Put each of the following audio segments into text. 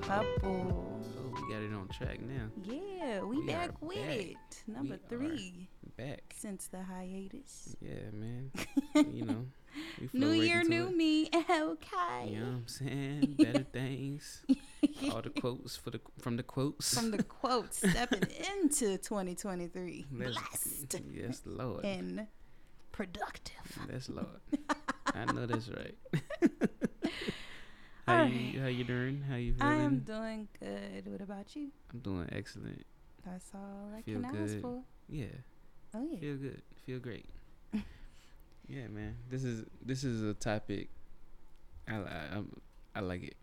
couple. Oh, we got it on track now. Yeah, we, We are back with back. it. Number are. three Back. since the hiatus. Yeah, man. You know. We flow new right year, into new it. me. You Okay. know what I'm saying? Better things. All the quotes for the from the quotes. From the quote, stepping into 2023, Let's- blessed Yes, Lord. and productive. That's Lord. I know that's right. how All you how you doing? How you I feeling? am doing good. What about you? I'm doing excellent. That's all I Feel can ask good. for. Yeah. Oh yeah. Feel good. Feel great. yeah, man. This is this is a topic. I li- I, I'm- I like it.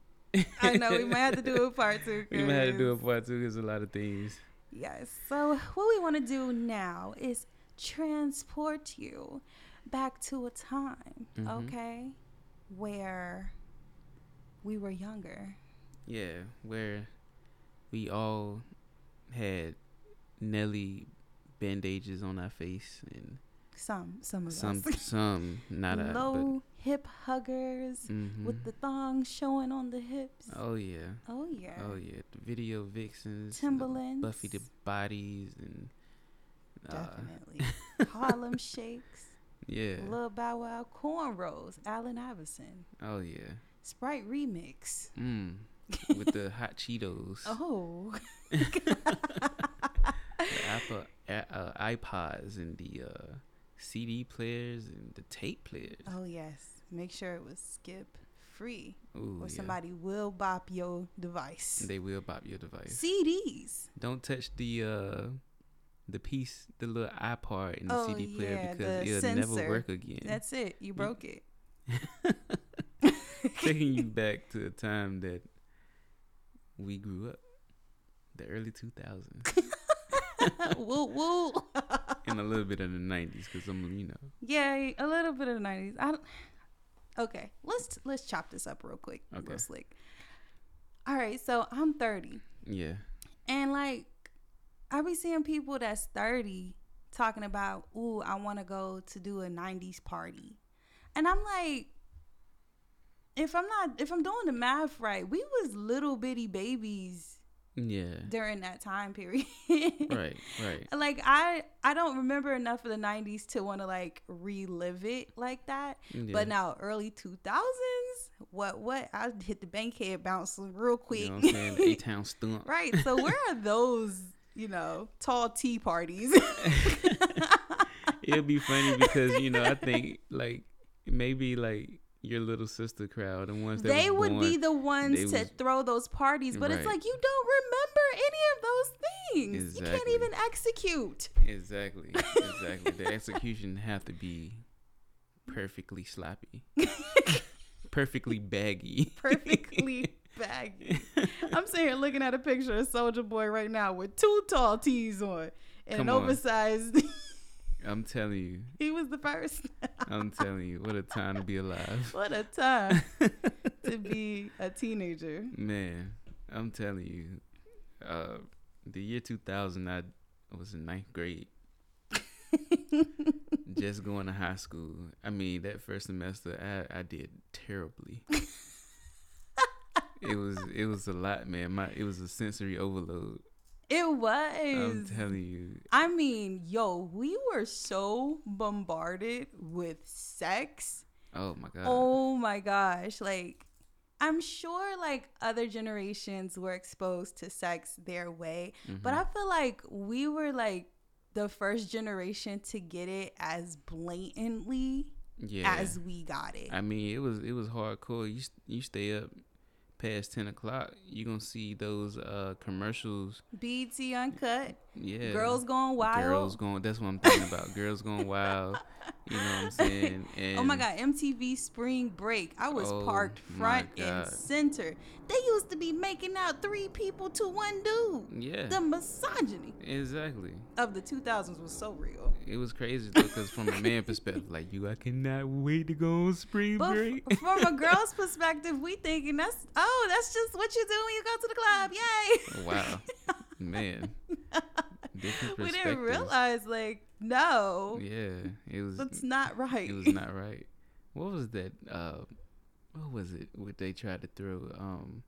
I know we might have to do a part two. We might have to do a 'cause- part two. There's a lot of things. Yes. So what we want to do now is transport you back to a time, Mhm. okay, where we were younger. Yeah, where we all had Nelly bandages on our face and Some, some of some us. some not a but, Low hip huggers with Mhm. the thong showing on the hips. Oh, oh yeah. yeah. Oh yeah, the video vixens, and the Timberlands. Buffy the Bodies, and uh, Definitely. Harlem Shakes. yeah, Lil Bow Wow Cornrows. Allen Iverson. oh yeah, Sprite Remix. mm. with the hot Cheetos, Oh. the Apple a- uh, iPods, and the uh, CD players and the tape players. Oh yes, make sure it was skip free, Ooh, or yeah. somebody will bop your device. They will bop your device. CDs. Don't touch the uh, the piece, the little iPod in the Oh, CD player yeah, because the it'll sensor. never work again. That's it. Mm. You broke it. taking you back to the time that we grew up, the early 2000s, woo woo. and a little bit of the 90s, because I'm, you know, Yay! A little bit of the nineties. I don't. Okay, let's let's chop this up real quick, Okay. real slick. All right, so I'm 30, yeah, and like I be seeing people that's 30 talking about, "Ooh, I want to go to do a 90s party." And I'm like, if I'm not if I'm doing the math right, we was little bitty babies yeah, during that time period. right, right, Like I I don't remember enough of the 90s to want to like relive it like that. yeah. But now early 2000s, what what I hit the bankhead bounce real quick. you know what I'm saying, the A-Town stump, Right. So where are those, you know, tall tea parties? it'll be funny because, you know, I think, like, maybe, like, your little sister crowd, the ones that they was would be born- the ones they to was- throw those parties, but it's Right. like you don't remember any of those things. You can't Exactly. even execute. exactly, exactly. the execution have to be perfectly sloppy, perfectly baggy. Perfectly baggy. I'm sitting here looking at a picture of Soldier Boy right now with two tall tees on and an Come on. oversized. I'm telling you. he was the first. I'm telling you. What a time to be alive. what a time to be a teenager. Man, I'm telling you. Uh, the year 2000, I was in ninth grade. Just going to high school. I mean, that first semester, I, I did terribly. it was it was a lot, man. My it was a sensory overload. It I'm was. telling you, I mean, yo, we were so bombarded with sex. oh my god, Oh my gosh. Like, I'm sure like other generations were exposed to sex their way, but Mm-hmm. I feel like we were like the first generation to get it as blatantly yeah. as we got it. I mean, it was it was hardcore. You s- you stay up past ten o'clock, you gonna see those uh commercials. BT E Uncut, Yeah, Girls Gone Wild. girls going. That's what I'm thinking about. girls going wild. You know what I'm saying? And Oh my God, MTV Spring Break. I was Oh parked my front and God. center. They used to be making out three people to one dude. Yeah, The misogyny exactly. of the 2000s was so real. It was crazy because from a man perspective, like you, I cannot wait to go on spring But break. f- from a girl's perspective, we thinking that's, oh, that's just what you do when you go to the Mm. club. Yay. wow, man, different we perspectives. didn't realize, like, no, Yeah, it was. that's not right. it was not right. What was that? Uh, what was it? What they tried to throw? Um,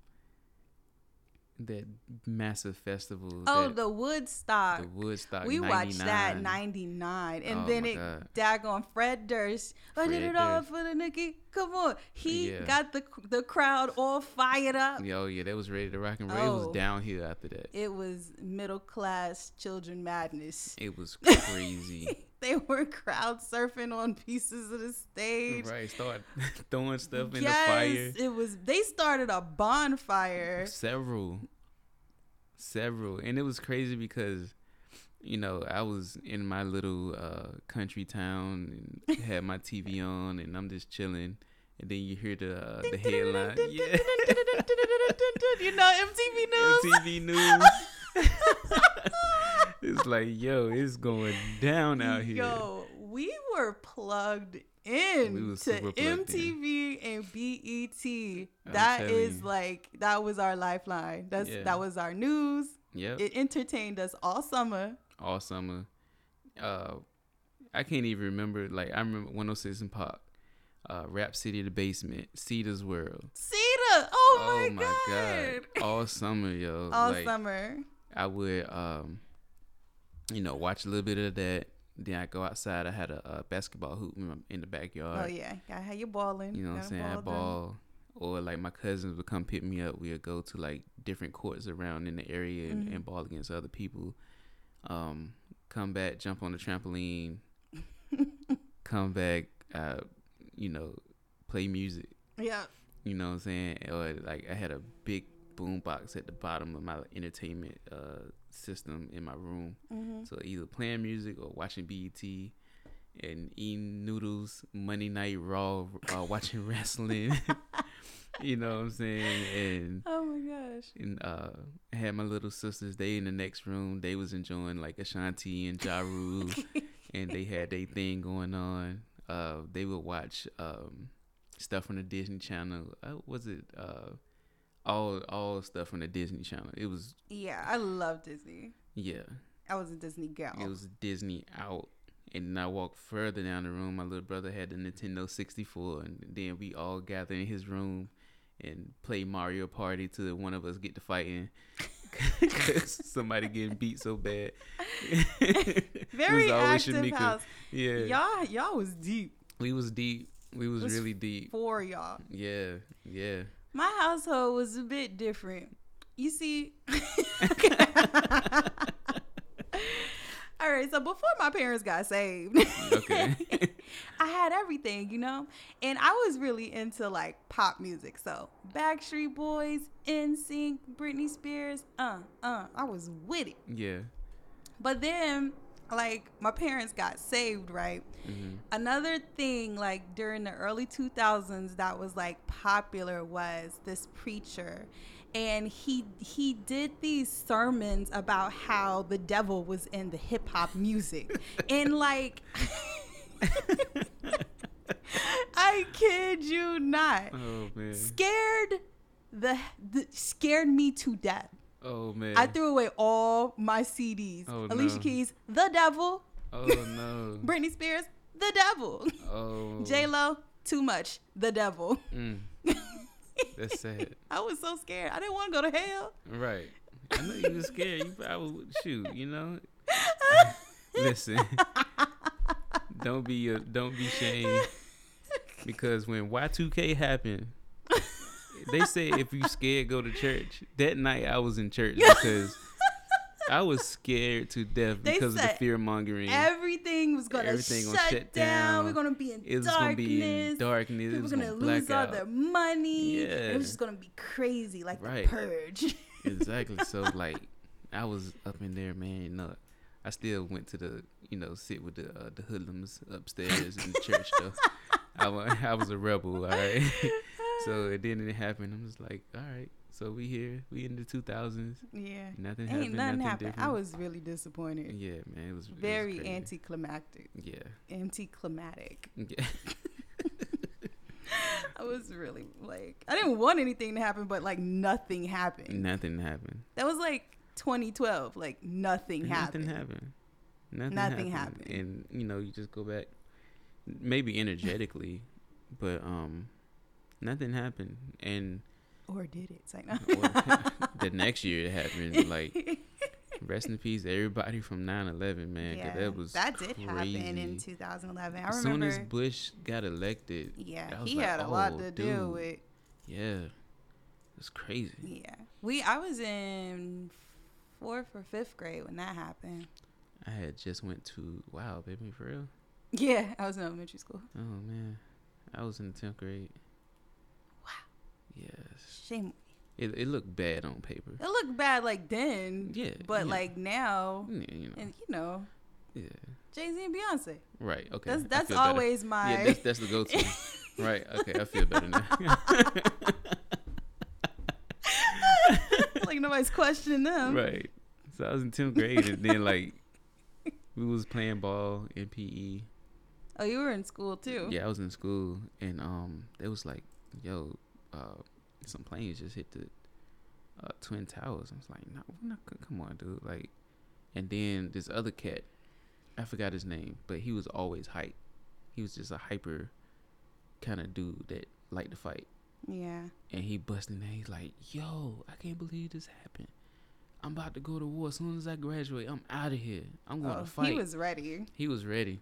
that massive festival. Oh, that, the Woodstock. the Woodstock. we 99. watched that '99, and Oh then my it God. daggone Fred Durst. I did Fred it all Durst. for the Nikki. Come on, he Yeah. got the the crowd all fired up. Yo, yeah, that was ready to rock and roll. It Oh. was downhill after that. It was middle class children madness. It was crazy. They were crowd surfing on pieces of the stage. right, start throwing stuff in the yes, fire. it was. They started a bonfire. Several, several, and it was crazy because, you know, I was in my little uh, country town and had my TV on, and I'm just chilling, and then you hear the uh, the headline, yeah, you know, MTV News. MTV News. it's like, yo, it's going down out here. Yo, we were plugged in We was to super plugged in. MTV and I'm BET. E That telling is you. like that was our lifeline. That's Yeah. that was our news. Yep. It entertained us all summer. all summer. Uh, I can't even remember. Like I remember 106 and Pop, uh, Rap City, the Basement, Cedar's World. Cedar, oh, my, god. All summer, yo. All like, summer. I would, um, you know, watch a little bit of that. Then I go outside. I had a, uh basketball hoop in, my, in the backyard. oh yeah, gotta have you balling. You know what I'm saying? I ball. Or like my cousins would come pick me up. We'll go to like different courts around in the area and, and ball against other people. Um, come back, jump on the trampoline. come back, uh, you know, play music. Yeah. You know what I'm saying? Or like I had a big boom box at the bottom of my entertainment uh, system in my room. Mm-hmm. So either playing music or watching BET and eating noodles, Monday Night Raw, uh, watching wrestling. you know what I'm saying? And Oh my gosh. and uh, I had my little sisters. They in the next room. They was enjoying like Ashanti and Ja Rule, and they had their thing going on. Uh, they would watch um, stuff from the Disney Channel. Uh, was it uh, all all stuff from the Disney Channel? It was Yeah, I love Disney. yeah. I was a Disney girl. It was Disney out. And then I walked further down the room. My little brother had the Nintendo 64. And then we all gathered in his room and played Mario Party till one of us get to fighting. 'Cause somebody getting beat so bad. Very active Shamika. house. Yeah. Y'all, y'all was deep we was deep. We was, Was- really deep. for y'all. Yeah. Yeah. My household was a bit different. You see. All right, so before my parents got saved, Okay. I had everything, you know? And I was really into like pop music. So Backstreet Boys, NSYNC, Britney Spears, uh, uh, I was with it. yeah. But then, like, my parents got saved, right? hmm Another thing, like, during the early 2000s that was, like, popular was this preacher. And he he did these sermons about how the devil was in the hip hop music, and like, I kid you not, oh, man. scared the, the scared me to death. Oh, man. I threw away all my CDs. Oh, Alicia no. Keys, The Devil. oh, no. Britney Spears, The Devil. Oh. J Lo, Too Much, The Devil. Mm. That's sad. I was so scared. I didn't want to go to hell. Right. I know you were scared. You probably would shoot, you know? Listen. don't be a, don't be shamed because when Y2K happened, they said if you scared go to church. That night I was in church because I was scared to death They because of the said fear mongering. Everything was gonna Everything shut, gonna shut down. down. We're gonna be in It was darkness. gonna be in darkness. It People was gonna, gonna lose black all out. their money. It Yeah. was just gonna be crazy, like Right. the purge. exactly. So like, I was up in there, man. You know, I still went to the, you know, sit with the uh, the hoodlums upstairs in the church. Though I wa- I was a rebel, all right. so it didn't happen. I'm just like, all right. So we here. We in the 2000s. yeah. Nothing happened. Ain't nothing happened. different. I was really disappointed. Yeah, man. It was it was Very crazy. anticlimactic. Yeah. Anticlimactic. Yeah. I was really like, I didn't want anything to happen, but like nothing happened. nothing happened. That was like 2012. Like nothing happened. Nothing happened. Nothing, Nothing happened. happened. And you know, you just go back, maybe energetically, but um, nothing happened. And or did it? It's like no. the next year it happened. Like rest in peace, everybody from 9-11, man. 'cause that was that did happen in crazy. 2011. I as soon remember. as Bush got elected, I yeah, was he like, had a lot "Oh, to do dude." with. yeah, it's crazy. Yeah, we. I was in fourth or fifth grade when that happened. I had just went to wow, baby, for real. Yeah, I was in elementary school. Oh man, I was in the tenth grade. Wow. Yes, Shame. it it looked bad on paper. It looked bad like then, Yeah, but yeah. like now, Yeah, you know, and you know, yeah, Jay Z and Beyonce. right. Okay, That's I that's feel better. always my. Yeah, that's, that's the go-to. right. Okay, I feel better now. like nobody's questioning them. right. So I was in tenth grade, and then like we was playing ball in PE. Oh, you were in school too. Yeah, I was in school, and um, they was like, "Yo, uh, some planes just hit the uh, twin towers." I was like, "No, we're not gonna- come on, dude!" Like, and then this other cat, I forgot his name, but he was always hype. He was just a hyper kind of dude that liked to fight, Yeah. and he busted. And he's like, "Yo, I can't believe this happened." I'm about to go to war. As soon as I graduate, I'm out of here. I'm going Oh, to fight He was ready. he was ready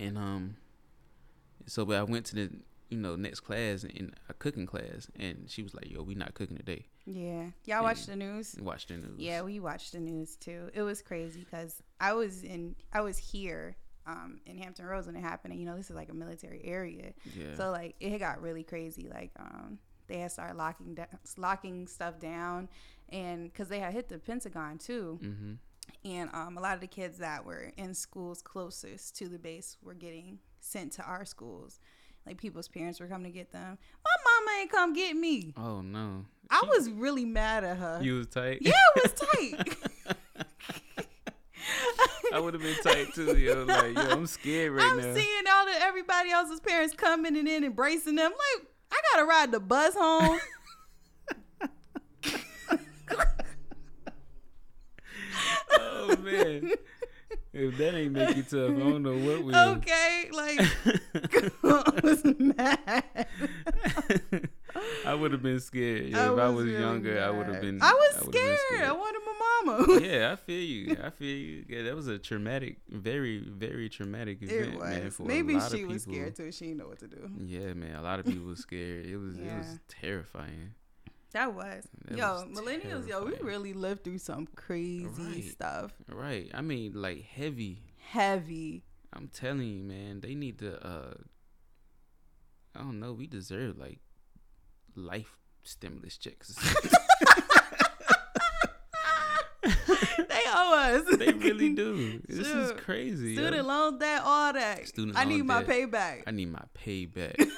and um so but i went to the you know next class in a cooking class and she was like yo we not cooking today Yeah. Y'all watch the news? and watch the news Yeah, we watched the news too. It was crazy because I was in, I was here um, in Hampton Roads when it happened. And, you know, this is like a military area. yeah So like it got really crazy. Like um, they had started locking down, locking stuff down, and because they had hit the Pentagon too, mm-hmm. and um, a lot of the kids that were in schools closest to the base were getting sent to our schools. Like people's parents were coming to get them. My mama ain't come get me. oh no I was really mad at her. you was tight Uh, yeah, it was tight. i would have been tight too yo like yo i'm scared right I'm now seeing all the everybody else's parents coming and in embracing them. Like, I gotta ride the bus home. oh man if that ain't make you tough i don't know what will okay, like I was mad. i would have been scared yo, if i was really younger i would have mad. been I was would've been scared. I wanted my mama. yeah, I feel you. I feel you. Yeah, that was a traumatic, very, very traumatic event, it man. was. For a Maybe lot she of was people. Mm. scared too. She didn't know what to do. Yeah, man. A lot of people was scared. It was, it was Yeah. terrifying. That was. That yo, was millennials, yo, we terrifying. really lived through some crazy Right. stuff. Right. I mean, like heavy. Heavy. I'm telling you, man. They need to. uh I don't know. We deserve like life stimulus checks. they owe us. they really do. This is Shoot. crazy. yo. Student loan debt, all that. Student I loan need my debt. payback. I need my payback.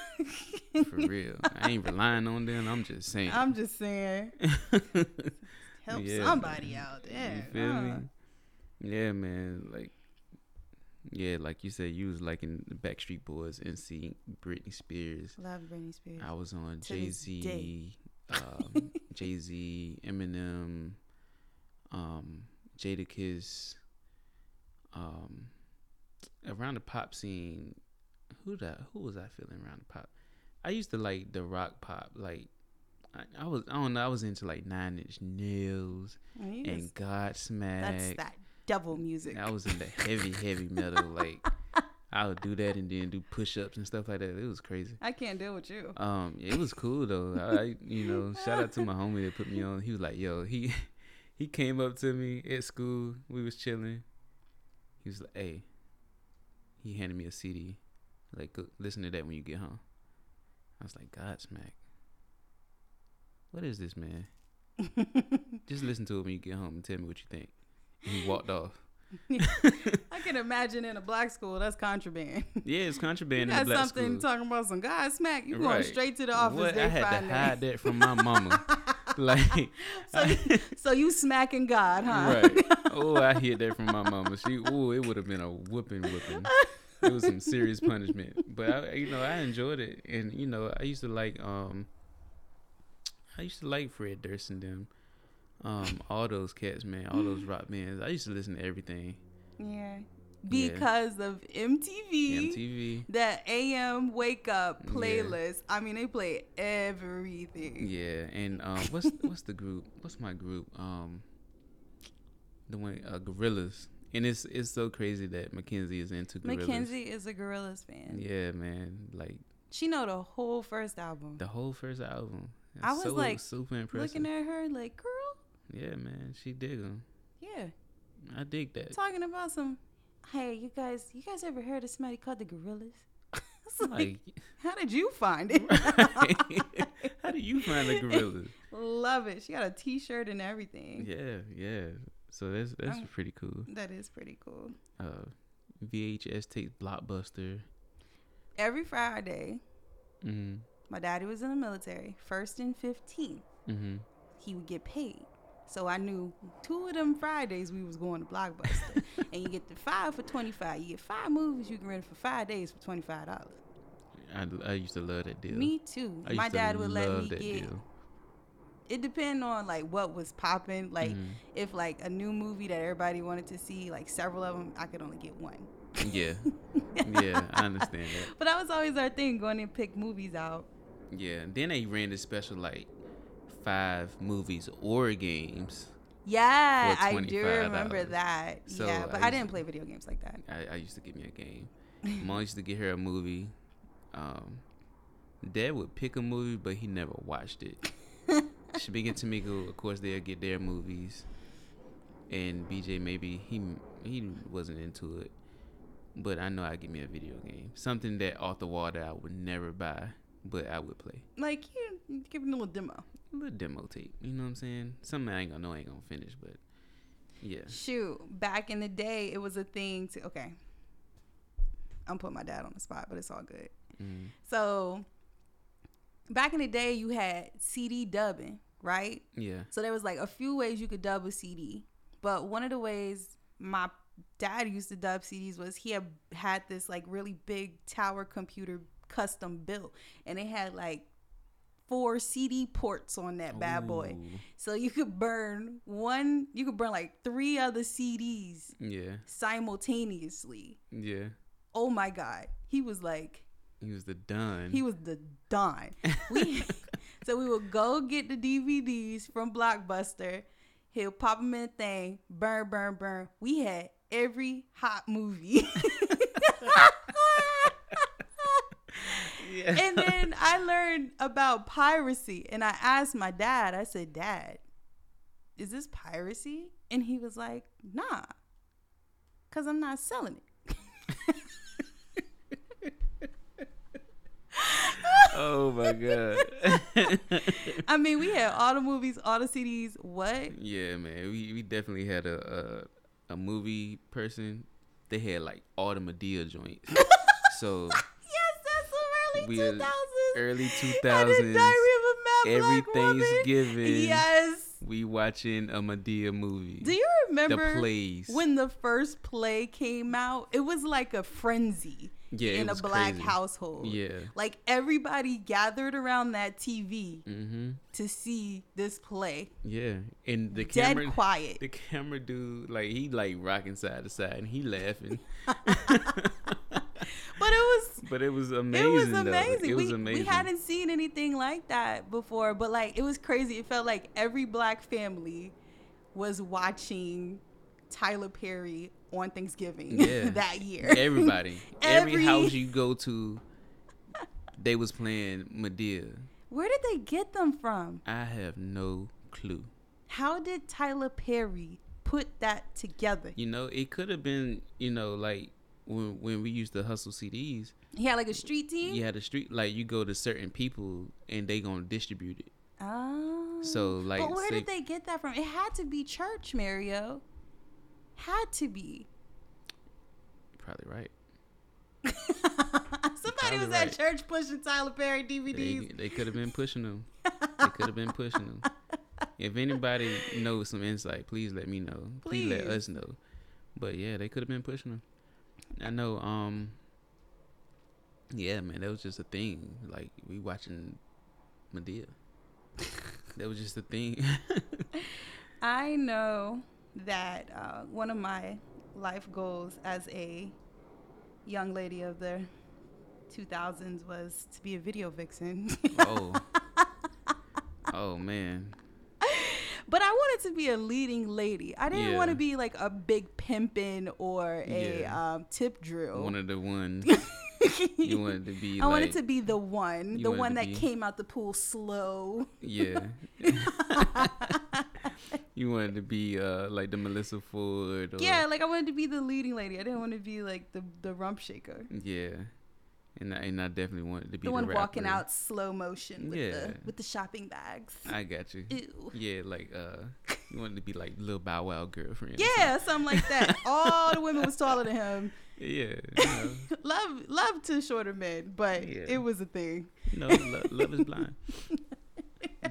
For real. I ain't relying on them. I'm just saying. I'm just saying, help Yeah, somebody out. Uh, Yeah, You feel me? Yeah, man. Like, yeah, like you said, you was liking the Backstreet Boys, NSYNC, Britney Spears. Love Britney Spears. I was on To Jay this Z, um, Jay Z, Eminem, um, Jada Kiss. Um, around the pop scene, who that? Who was I feeling around the pop? I used to like the rock pop, like. I, I was I don't know I was into like Nine Inch Nails And you and just- that's Godsmack. that devil music. I was into heavy, heavy metal. Like I would do that and then do push ups and stuff like that. It was crazy. I can't deal with you. Um, it was cool though. I, I- you know, shout out to my homie that put me on. He was like, "Yo, he, he came up to me at school. We was chilling. He was like, "Hey," he handed me a CD. Like, go, listen to that when you get home. I was like, "Godsmack, what is this, man? Just listen to it when you get home and tell me what you think." And he walked off. I can imagine in a black school that's contraband. Yeah, it's you contraband in got black something school. talking about some guy smack. You going Right. straight to the office. What? They I had find to that. hide that from my mama. like, So, you- so you smacking God, huh? right? Oh, I hid that from my mama. She, oh, it would have been a whooping, whooping. It was some serious punishment. But I, you know, I enjoyed it, and you know, I used to like, um, I used to like Fred Durst and them, um, all those cats, man, all those rock bands. I used to listen to everything. Yeah. Yeah. because of MTV, MTV. the AM wake up Yeah. playlist. I mean, they play everything. Yeah, and um, what's what's the group? What's my group? Um, the one uh, Gorillas, and it's it's so crazy that Mackenzie is into Gorillas. Mackenzie is a Gorillaz fan. Yeah, man, like She know the whole first album. the whole first album. I was, so, like, super impressive. Looking at her like, girl, yeah, man, she dig 'em. yeah, I dig that. talking about some. Hey, you guys, you guys ever heard of somebody called the Gorillas? It's like, Like, how did you find it? how do you find the Gorillas? Love it. She got a T-shirt and everything. Yeah, yeah. So that's that's I'm- pretty cool. That is pretty cool. Uh, VHS tape blockbuster. Every Friday, Mm-hmm. my daddy was in the military, first and fifteenth. Mm-hmm. he would get paid. So I knew two of them Fridays we was going to Blockbuster, and you get the five for twenty five. You get five movies you can rent for five days for twenty five dollars. I, I used to love that deal. Me too. I used My to dad would let love me that get. deal. It depended on like what was popping. Like Mhm. if like a new movie that everybody wanted to see, like several of them, I could only get one. Yeah, yeah, I understand that. But that was always our thing, going and pick movies out. Yeah, then they ran this special like five movies or games. Yeah, For I do remember $25. that. So yeah, but I I, used didn't to- play video games like that. I, I used to give me a game. Mom used to get her a movie. Um, Dad would pick a movie, but he never watched it. Shabig and Tamiko, of course, they'll get their movies. And BJ, maybe he he wasn't into it, but I know I'd get me a video game, something that off the wall that I would never buy, but I would play. Like you, you give me a little demo. a little demo tape. You know what I'm saying? Something I ain't gonna know, I ain't gonna finish, but yeah, Shoot, back in the day, it was a thing to. Okay, I'm putting my dad on the spot, but it's all good. mm, So, back in the day, you had CD dubbing, right? yeah, So there was like a few ways you could dub a CD, but one of the ways my dad used to dub CDs was he had had this like really big tower computer custom built, and it had like four CD ports on that bad boy. Ooh, So you could burn one, you could burn like three other CDs Yeah, simultaneously. yeah. Oh my God. He was like, He was the done. he was the Don. We, so we would go get the DVDs from Blockbuster. He'll pop them in a thing, burn, burn, burn. We had every hot movie. yeah. and then I learned about piracy, and I asked my dad. I said, "Dad, is this piracy?" And he was like, "Nah, cause I'm not selling it." oh my god. I mean, we had all the movies, all the CDs. What? yeah, man. We we definitely had a a, a movie person. They had like all the Medea joints. so Yes, that's some early We- two thousands. early And 2000s, the Diary of a Mad every Black Woman. Thanksgiving, Yes. we watching a Medea movie. Do you the remember plays? when the first play came out? It was like a frenzy yeah, it in a was black crazy. household. Yeah. Like everybody gathered around that TV Mm-hmm. to see this play. Yeah, and the Dead camera, quiet. the camera dude, like he like rocking side to side and he laughing. But it was but it was amazing. it was though. amazing. It was we, amazing. we hadn't seen anything like that before, but like it was crazy. It felt like every black family was watching Tyler Perry on Thanksgiving Yeah. that year. Everybody, every, Every- house you go to, they was playing Medea. Where did they get them from? I have no clue. How did Tyler Perry put that together? You know, it could have been, you know, like when when we used to hustle CDs. He had like a street team. You had a street like you go to certain people and they gonna distribute it. Oh. So, like, But where say- did they get that from? It had to be church, Mario. Had to be. Probably right. Somebody Probably was right. at church pushing Tyler Perry They, DVDs. they could have been pushing them. They could have been pushing them. If anybody knows some insight, please let me know. Please, let Please. us know. But yeah, they could have been pushing them. I know. Um. Yeah, man, that was just a thing. Like we watching Medea. that was just a thing. I know that uh, one of my life goals as a young lady of the 2000s was to be a video vixen. oh. Oh man. but I wanted to be a leading lady. I didn't Yeah. want to be like a big pimpin' or a Yeah. um, tip drill. One of the ones you wanted to be I like, wanted to be the one, you the wanted one to that be- came out the pool slow. Yeah. you wanted to be uh like the Melissa Ford or Yeah, like I wanted to be the leading lady. I didn't want to be like the the rump shaker, Yeah. And I, and I definitely wanted to be the one walking rapper. out slow motion with Yeah. the with the shopping bags. I got you. Ew. Yeah, like uh you wanted to be like little Bow Wow girlfriend. or Yeah, something like that. All the women was taller than him. something. Yeah. You know, Love love to shorter men, but Yeah. it was a thing. No, lo- love is blind.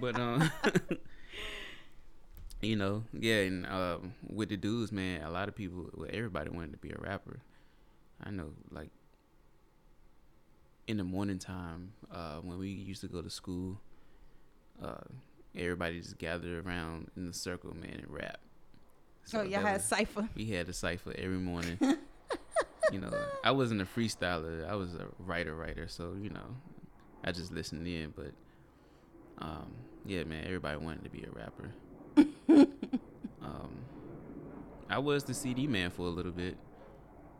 But um, you know, yeah, and um, with the dudes, man, a lot of people, well, everybody wanted to be a rapper. I know, like in the morning time, uh, when we used to go to school, uh, everybody just gathered around in the circle, man, and rap. oh, y'all that had was- cipher. we had a cipher every morning. you know, I wasn't a freestyler. I was a writer, writer. So you know, I just listened in. But um, yeah, man, everybody wanted to be a rapper. um, I was the CD man for a little bit,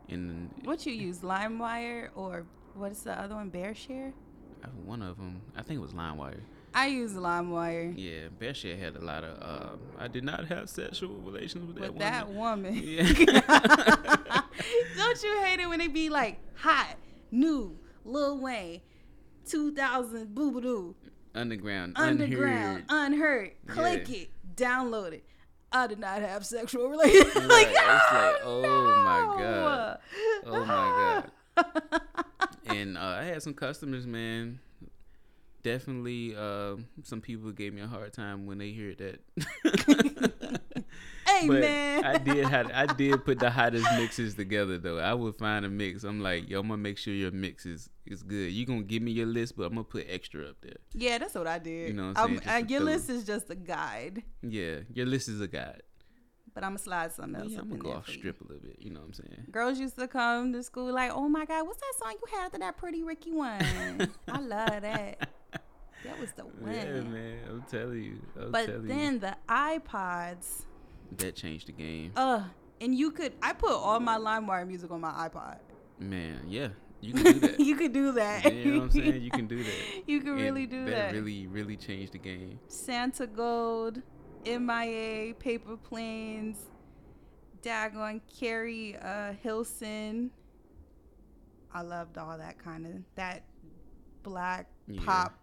and What you use, LimeWire or what is the other one? BearShare. I- one of them, I think it was LimeWire. I use LimeWire Yeah, Bashir had a lot of. Uh, I did not have sexual relations with with that one. that woman. Yeah. Don't you hate it when they be like hot, new, Lil Wayne, 2000, boo boo doo, underground, underground, unheard, unheard. click Yeah. it, download it. I did not have sexual relations. like, Right, it's like, oh, oh my no. God. Oh my god! and uh, I had some customers, man. Definitely, uh, some people gave me a hard time when they heard that. Hey, but man. I did had I did put the hottest mixes together though. I would find a mix. I'm like, yo, I'm gonna make sure your mix is, is good. You gonna give me your list, but I'm gonna put extra up there. yeah, that's what I did. You know what I'm I'm- saying? Just uh, to your throw- list is just a guide, Yeah, your list is a guide. but I'm going to slide something else. Yeah, up I'm gonna in go there off for you. strip a little bit. You know what I'm saying? Girls used to come to school like, oh my God, what's that song you had after that pretty Ricky one? I love that. That was the one. Yeah, man. I'm telling you. I'm But telling then the iPods, you. that changed the game. uh, and you could I put all my LimeWire music on my iPod. Man, yeah, you can do that. you could do that. you know what I'm saying? You can do that. You could And really do that. That really, really changed the game. Santa Gold, MIA, Paper Planes, Dagon, Carrie uh, Hilson. I loved all that kind of that black Yeah. pop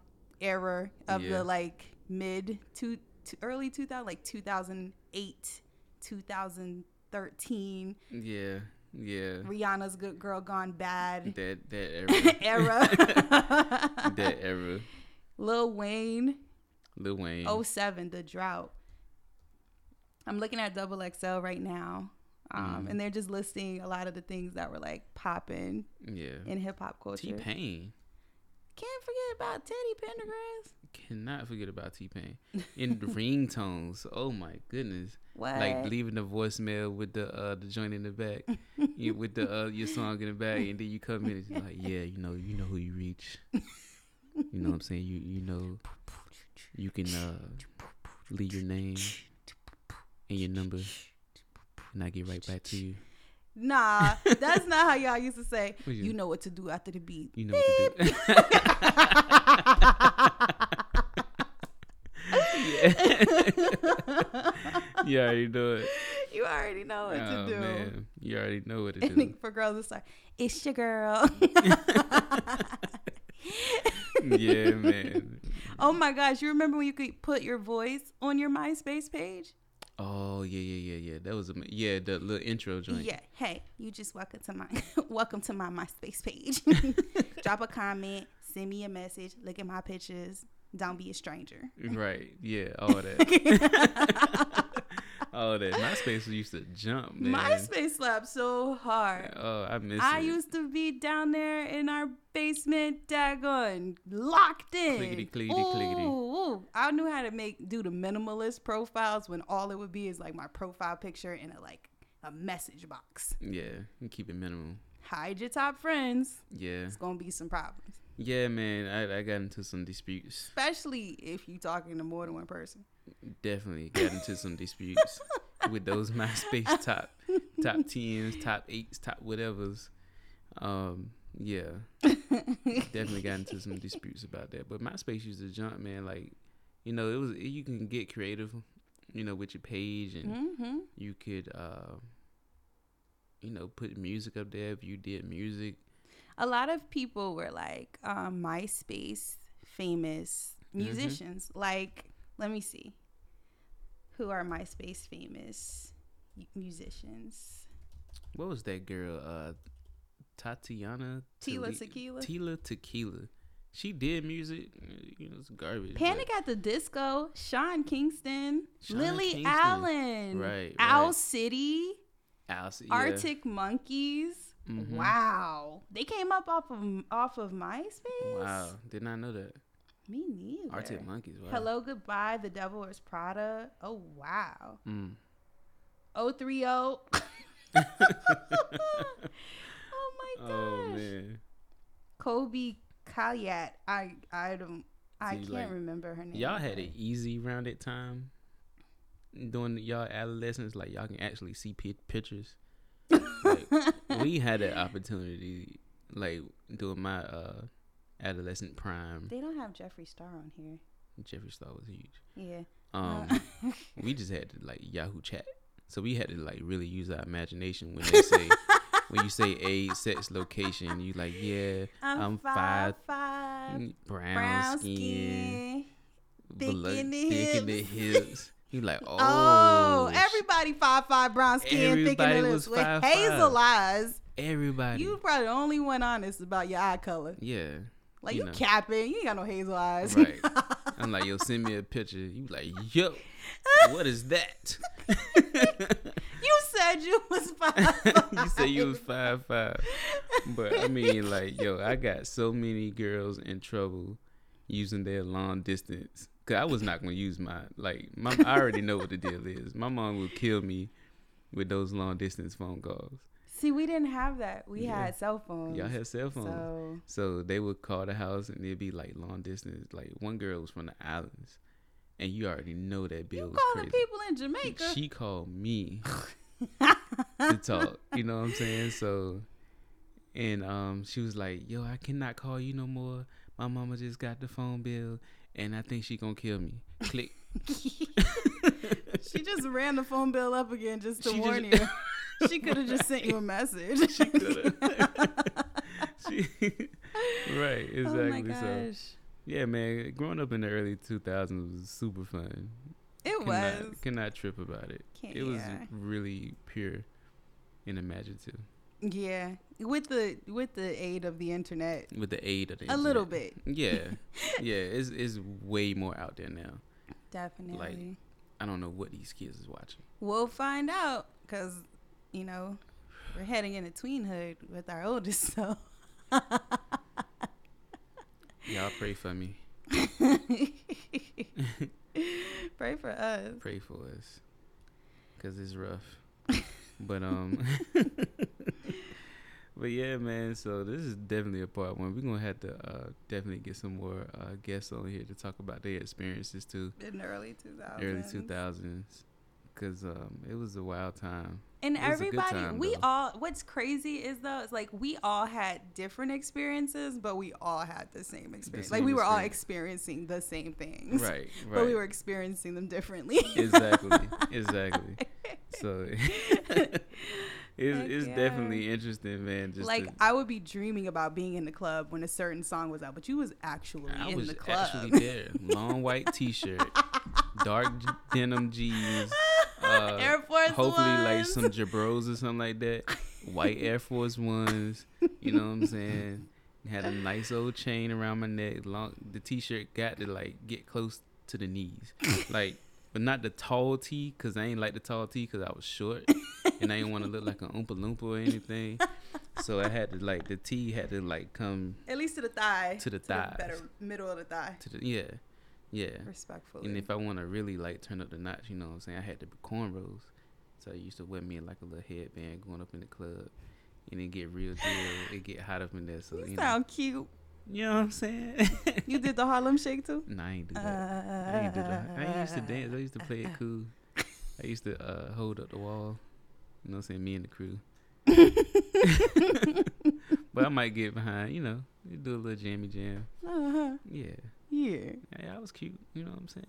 era of Yeah. the like mid to, to early 2000 like 2008 2013 Yeah, yeah. Rihanna's Good Girl Gone Bad That that era. era. that era. Lil Wayne, Lil Wayne. 07, The Drought. I'm looking at Double XL right now. Um, Mm-hmm. And they're just listing a lot of the things that were like popping yeah. in hip hop culture. T Pain. Can't forget about Teddy Pendergrass. Cannot forget about T Pain. And the ringtones. Oh my goodness. What? Like leaving the voicemail with the uh the joint in the back. you, with the uh your song in the back and then you come in and it's like, Yeah, you know, you know who you reach. You know what I'm saying? You you know you can uh leave your name and your number and I get right back to you. nah, that's not how y'all used to say. What you- You know what to do after the beat. You know what to do. you already know it. you already know what Oh, to do. man. You already know what to And do. for girls, it's like, it's your girl. yeah, man. oh my gosh, you remember when you could put your voice on your MySpace page? Oh yeah, yeah, yeah, yeah. That was a yeah, the little intro joint. Yeah. Hey, you just welcome to my welcome to my MySpace page. Drop a comment, send me a message, look at my pictures. Don't be a stranger. Right. Yeah. All that. all that. MySpace used to jump, man. MySpace slapped so hard. Oh, I miss I it. used to be down there in our basement, daggone, locked in. Clickety, clickety, clickety. Ooh, ooh. I knew how to make do the minimalist profiles when all it would be is like my profile picture and a like a message box. Yeah, and keep it minimal. Hide your top friends. Yeah, It's gonna be some problems, yeah, man. I, I got into some disputes. especially if you talking to more than one person. Definitely got into some disputes with those MySpace top top tens, top eights, top whatevers. Um, yeah, definitely got into some disputes about that. But MySpace used to jump, man. Like, you know, it was you can get creative, you know, with your page and Mm-hmm. you could uh, you know put music up there if you did music A lot of people were like um, MySpace famous Mm-hmm. musicians. Like, let me see, who are MySpace famous mu- musicians? what was that girl uh tatiana Tila Tali- Tequila. tila tequila she did music you know it's garbage but- Panic at the Disco, Sean Kingston, Sean Lily Kingston. Allen, Right, Owl right. City, Alice, yeah. Arctic Monkeys. Mhm. Wow, they came up off of off of MySpace. wow did not know that me neither. arctic monkeys wow. Hello, goodbye. The Devil Wears Prada. Oh wow. mm. 030. oh my gosh. oh man Kobe Kalyat. I I don't I See, can't like, remember her name. y'all had it easy around that time during y'all adolescence like y'all can actually see pi- pictures like, we had an opportunity like during my uh adolescent prime They don't have Jeffree Star on here. jeffree star was huge Yeah. um Uh, we just had to like yahoo chat so we had to like really use our imagination when they say when you say age sex location you like yeah I'm, I'm five, five, five, mm, brown, Uh, brown skin, skin. thick volu- in the thick in the hips you like Oh, oh, everybody five five brown skin, thick in Everybody the lips was with five, hazel five. eyes. everybody You probably the only one honest about your eye color. yeah Like you you, know. capping, you ain't got no hazel eyes. Right. I'm like, yo, send me a picture. You like, yo, what is that? you said you was five. you say you was five five, but I mean, like, yo, I got so many girls in trouble using their long distance. Cause I was not gonna use my like, my I already know what the deal is. My mom will kill me with those long distance phone calls. See, we didn't have that. We Yeah. had cell phones. Y'all had cell phones. So So they would call the house and it'd be like long distance. Like one girl was from the islands, and you already know that bill you was calling crazy. people in Jamaica? She called me to talk. You know what I'm saying? So, and um, she was like, "Yo, I cannot call you no more. My mama just got the phone bill, and I think she gonna kill me." Click. she just ran the phone bill up again just to She warn just- you. She could have just sent you a message. She coulda. She- right, Oh my exactly. gosh. so, yeah, man, growing up in the early 2000s was super fun. It was. Cannot, cannot trip about it. Can't- it was yeah. really pure and imaginative Yeah. With the with the aid of the internet. with the aid of the A internet. little bit. Yeah, yeah, it's it's way more out there now. Definitely. I don't know what these kids is watching. We'll find out because, you know, we're heading into tweenhood with our oldest. So, Y'all pray for me. pray for us. Pray for us, cause it's rough. but um, but yeah, man. So this is definitely a part one. We're gonna have to uh, definitely get some more uh, guests on here to talk about their experiences too. In the early 2000s. early 2000s because um, it was a wild time And It was a good everybody, time, we though. all, what's crazy is though, it's like we all had different experiences, but we all had the same experience. like same we were all experience. experiencing the same things. right right But we were experiencing them differently. exactly exactly so it's, Heck it's yeah. definitely interesting man just like to- I would be dreaming about being in the club when a certain song was out, but you was actually I in was the club. actually there long white t-shirt dark j- denim jeans uh, Air Force hopefully like Ones. some jabros or something like that white air force ones you know what i'm saying had a nice old chain around my neck long the t-shirt got to like get close to the knees like but not the tall tee because i ain't like the tall tee because i was short and i didn't want to look like an oompa loompa or anything so i had to like the tee had to like come At least to the thigh. To the thighs. better middle of the thigh. to the yeah yeah Respectfully. And if I want to really like turn up the notch, you know what I'm saying? I had the cornrows. So I used to wear me like a little headband going up in the club. And it get real deal. It get hot up in there. So You uh, you know, sound cute. you know what I'm saying? You did the Harlem Shake too? nah, I ain't do that. I ain't do that. I ain't used to dance. I used to play it cool. I used to uh, hold up the wall. You know what I'm saying? Me and the crew. but I might get behind, you know, you do a little jammy jam. Uh-huh. Yeah. Yeah. Yeah, I was cute. You know what I'm saying?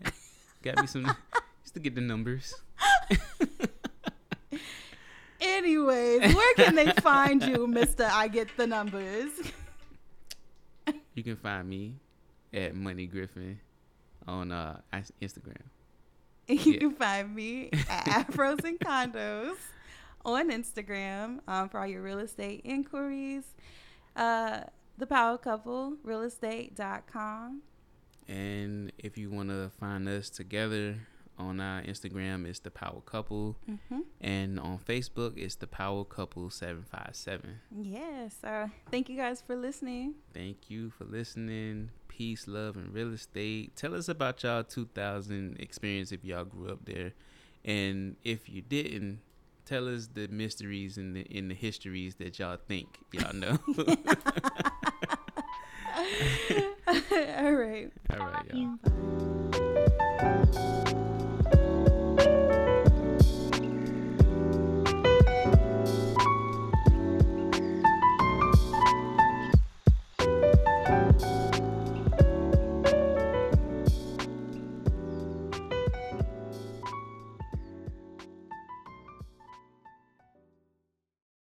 Got me some, used to get the numbers. Anyways, where can they find you, Mister? I get the numbers. You can find me at Money Griffin on uh, Ins- Instagram. And You Yeah. can find me at Afros and Condos on Instagram um, for all your real estate inquiries. Uh, the Power Couple, realestate.com. And if you want to find us together on our Instagram, it's The Power Couple. Mm-hmm. And on Facebook, it's The Power Couple 757. Yeah, so uh, thank you guys for listening. Thank you for listening. Peace, love, and real estate. Tell us about y'all 2000 experience if y'all grew up there, and if you didn't, tell us the mysteries and the in the histories that y'all think y'all know. all right. All right, y'all. Bye.